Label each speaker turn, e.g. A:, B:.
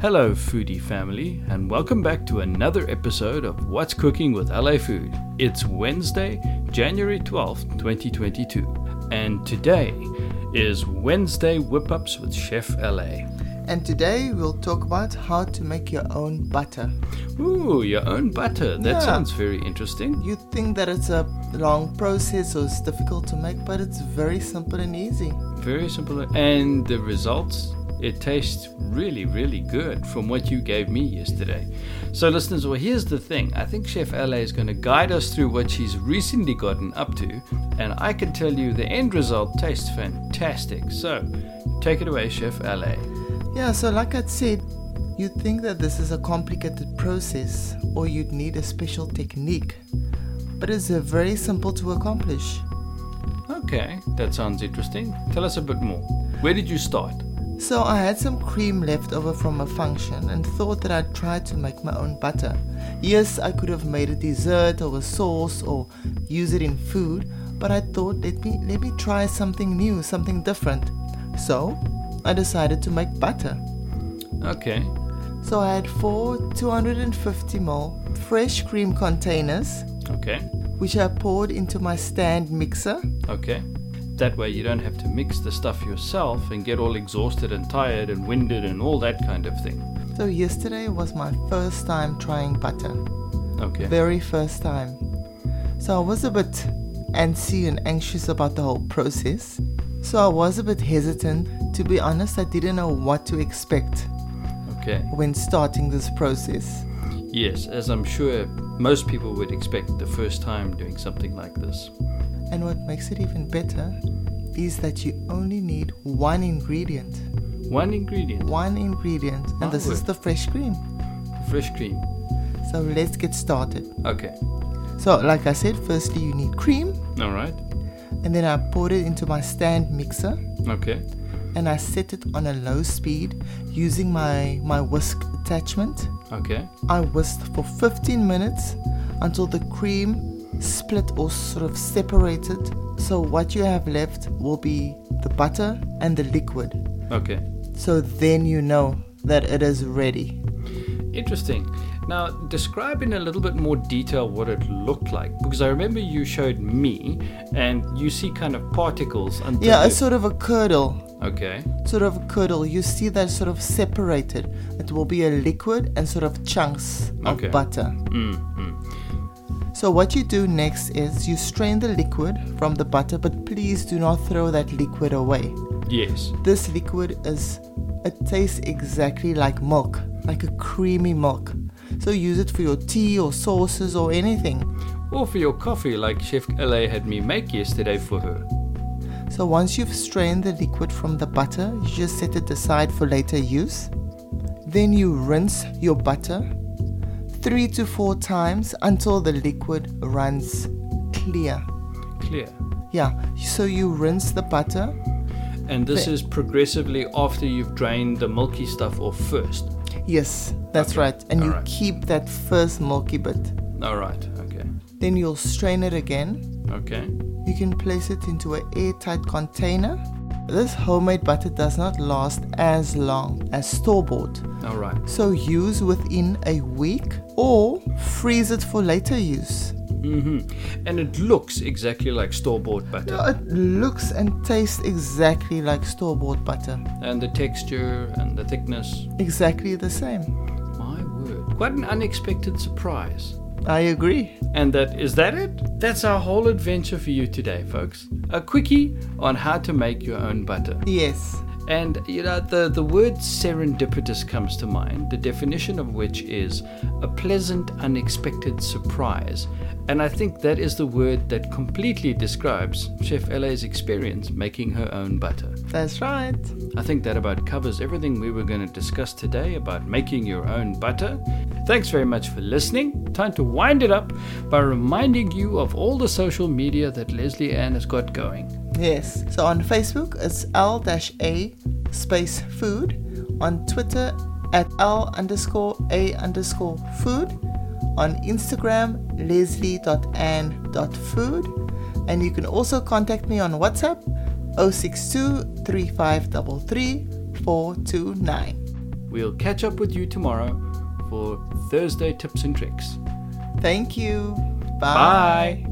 A: Hello, foodie family, and welcome back to another episode of What's Cooking with LA Food. It's Wednesday, January 12th, 2022, and today is Wednesday Whip Ups with Chef LA.
B: And today we'll talk about how to make your own butter.
A: Ooh, your own butter. That
B: Yeah.
A: sounds very interesting.
B: You think that it's a long process or it's difficult to make, but it's very simple and easy.
A: Very simple. And the results, it tastes really, really good from what you gave me yesterday. So, listeners, well, here's the thing. I think Chef LA is going to guide us through what she's recently gotten up to. And I can tell you the end result tastes fantastic. So, take it away, Chef LA.
B: Yeah, so like I said, you think that this is a complicated process or you'd need a special technique, but it's uh, very simple to accomplish.
A: Okay, that sounds interesting. Tell us a bit more. Where did you start?
B: So I had some cream left over from a function and thought that I'd try to make my own butter. Yes, I could have made a dessert or a sauce or use it in food, but I thought let me let me try something new, something different. So I decided to make butter.
A: Okay,
B: So I had four 250 ml fresh cream containers
A: okay,
B: which I poured into my stand mixer.
A: okay. That way, you don't have to mix the stuff yourself and get all exhausted and tired and winded and all that kind of thing.
B: So yesterday was my first time trying butter.
A: Okay.
B: very first time. So I was a bit antsy and anxious about the whole process. So I was a bit hesitant. To be honest, I didn't know what to expect
A: Okay.
B: when starting this process.
A: Yes, as I'm sure most people would expect the first time doing something like this.
B: And what makes it even better is that you only need one ingredient.
A: One ingredient,
B: One ingredient, and this is
A: Onward.
B: the fresh cream.
A: fresh cream.
B: So let's get started.
A: Okay.
B: So, like I said, firstly, you need cream,
A: All right.
B: and then I poured it into my stand mixer.
A: Okay.
B: and I set it on a low speed using my, my whisk attachment.
A: Okay.
B: I whisked for 15 minutes until the cream split or sort of separated. So, what you have left will be the butter and the liquid.
A: Okay.
B: So, then you know that it is ready.
A: Interesting. Now, describe in a little bit more detail what it looked like because I remember you showed me and you see kind of particles until
B: Yeah,
A: you-
B: it's sort of a curdle.
A: Okay.
B: Sort of a curdle. You see that sort of separated. It will be a liquid and sort of chunks of
A: Okay.
B: butter.
A: Mm, mm.
B: So what you do next is you strain the liquid from the butter, but please do not throw that liquid away.
A: Yes.
B: This liquid is it tastes exactly like milk, like a creamy milk. So use it for your tea or sauces or anything.
A: Or for your coffee like Chef LA had me make yesterday for her.
B: So once you've strained the liquid from the butter, you just set it aside for later use. Then you rinse your butter 3 to 4 times until the liquid runs clear.
A: Clear.
B: Yeah, so you rinse the butter
A: And this
B: Fair.
A: is progressively after you've drained the milky stuff off first.
B: Yes, that's
A: Okay,
B: right. And you
A: alright.
B: keep that first milky bit.
A: All right. Okay.
B: Then you'll strain it again.
A: Okay.
B: You can place it into an airtight container. This homemade butter does not last as long as store bought,
A: All right.
B: so use within a week or freeze it for later use.
A: hmm And it looks exactly like store bought butter.
B: Yeah, It looks and tastes exactly like store bought butter,
A: And the texture and the thickness.
B: exactly the same.
A: My word. Quite an unexpected surprise.
B: I agree.
A: And that is that it? That's our whole adventure for you today, folks. A quickie on how to make your own butter.
B: Yes.
A: And you know, the, the word serendipitous comes to mind, the definition of which is a pleasant, unexpected surprise. And I think that is the word that completely describes Chef LA's experience making her own butter.
B: That's right.
A: I think that about covers everything we were going to discuss today about making your own butter. Thanks very much for listening. Time to wind it up by reminding you of all the social media that Leslie Ann has got going.
B: Yes. So on Facebook, it's L A space food. On Twitter, at L underscore A underscore food. On Instagram, leslie.ann.food. And you can also contact me on oh WhatsApp 062 3533 429.
A: We'll catch up with you tomorrow for Thursday tips and tricks.
B: Thank you. Bye.
A: Bye.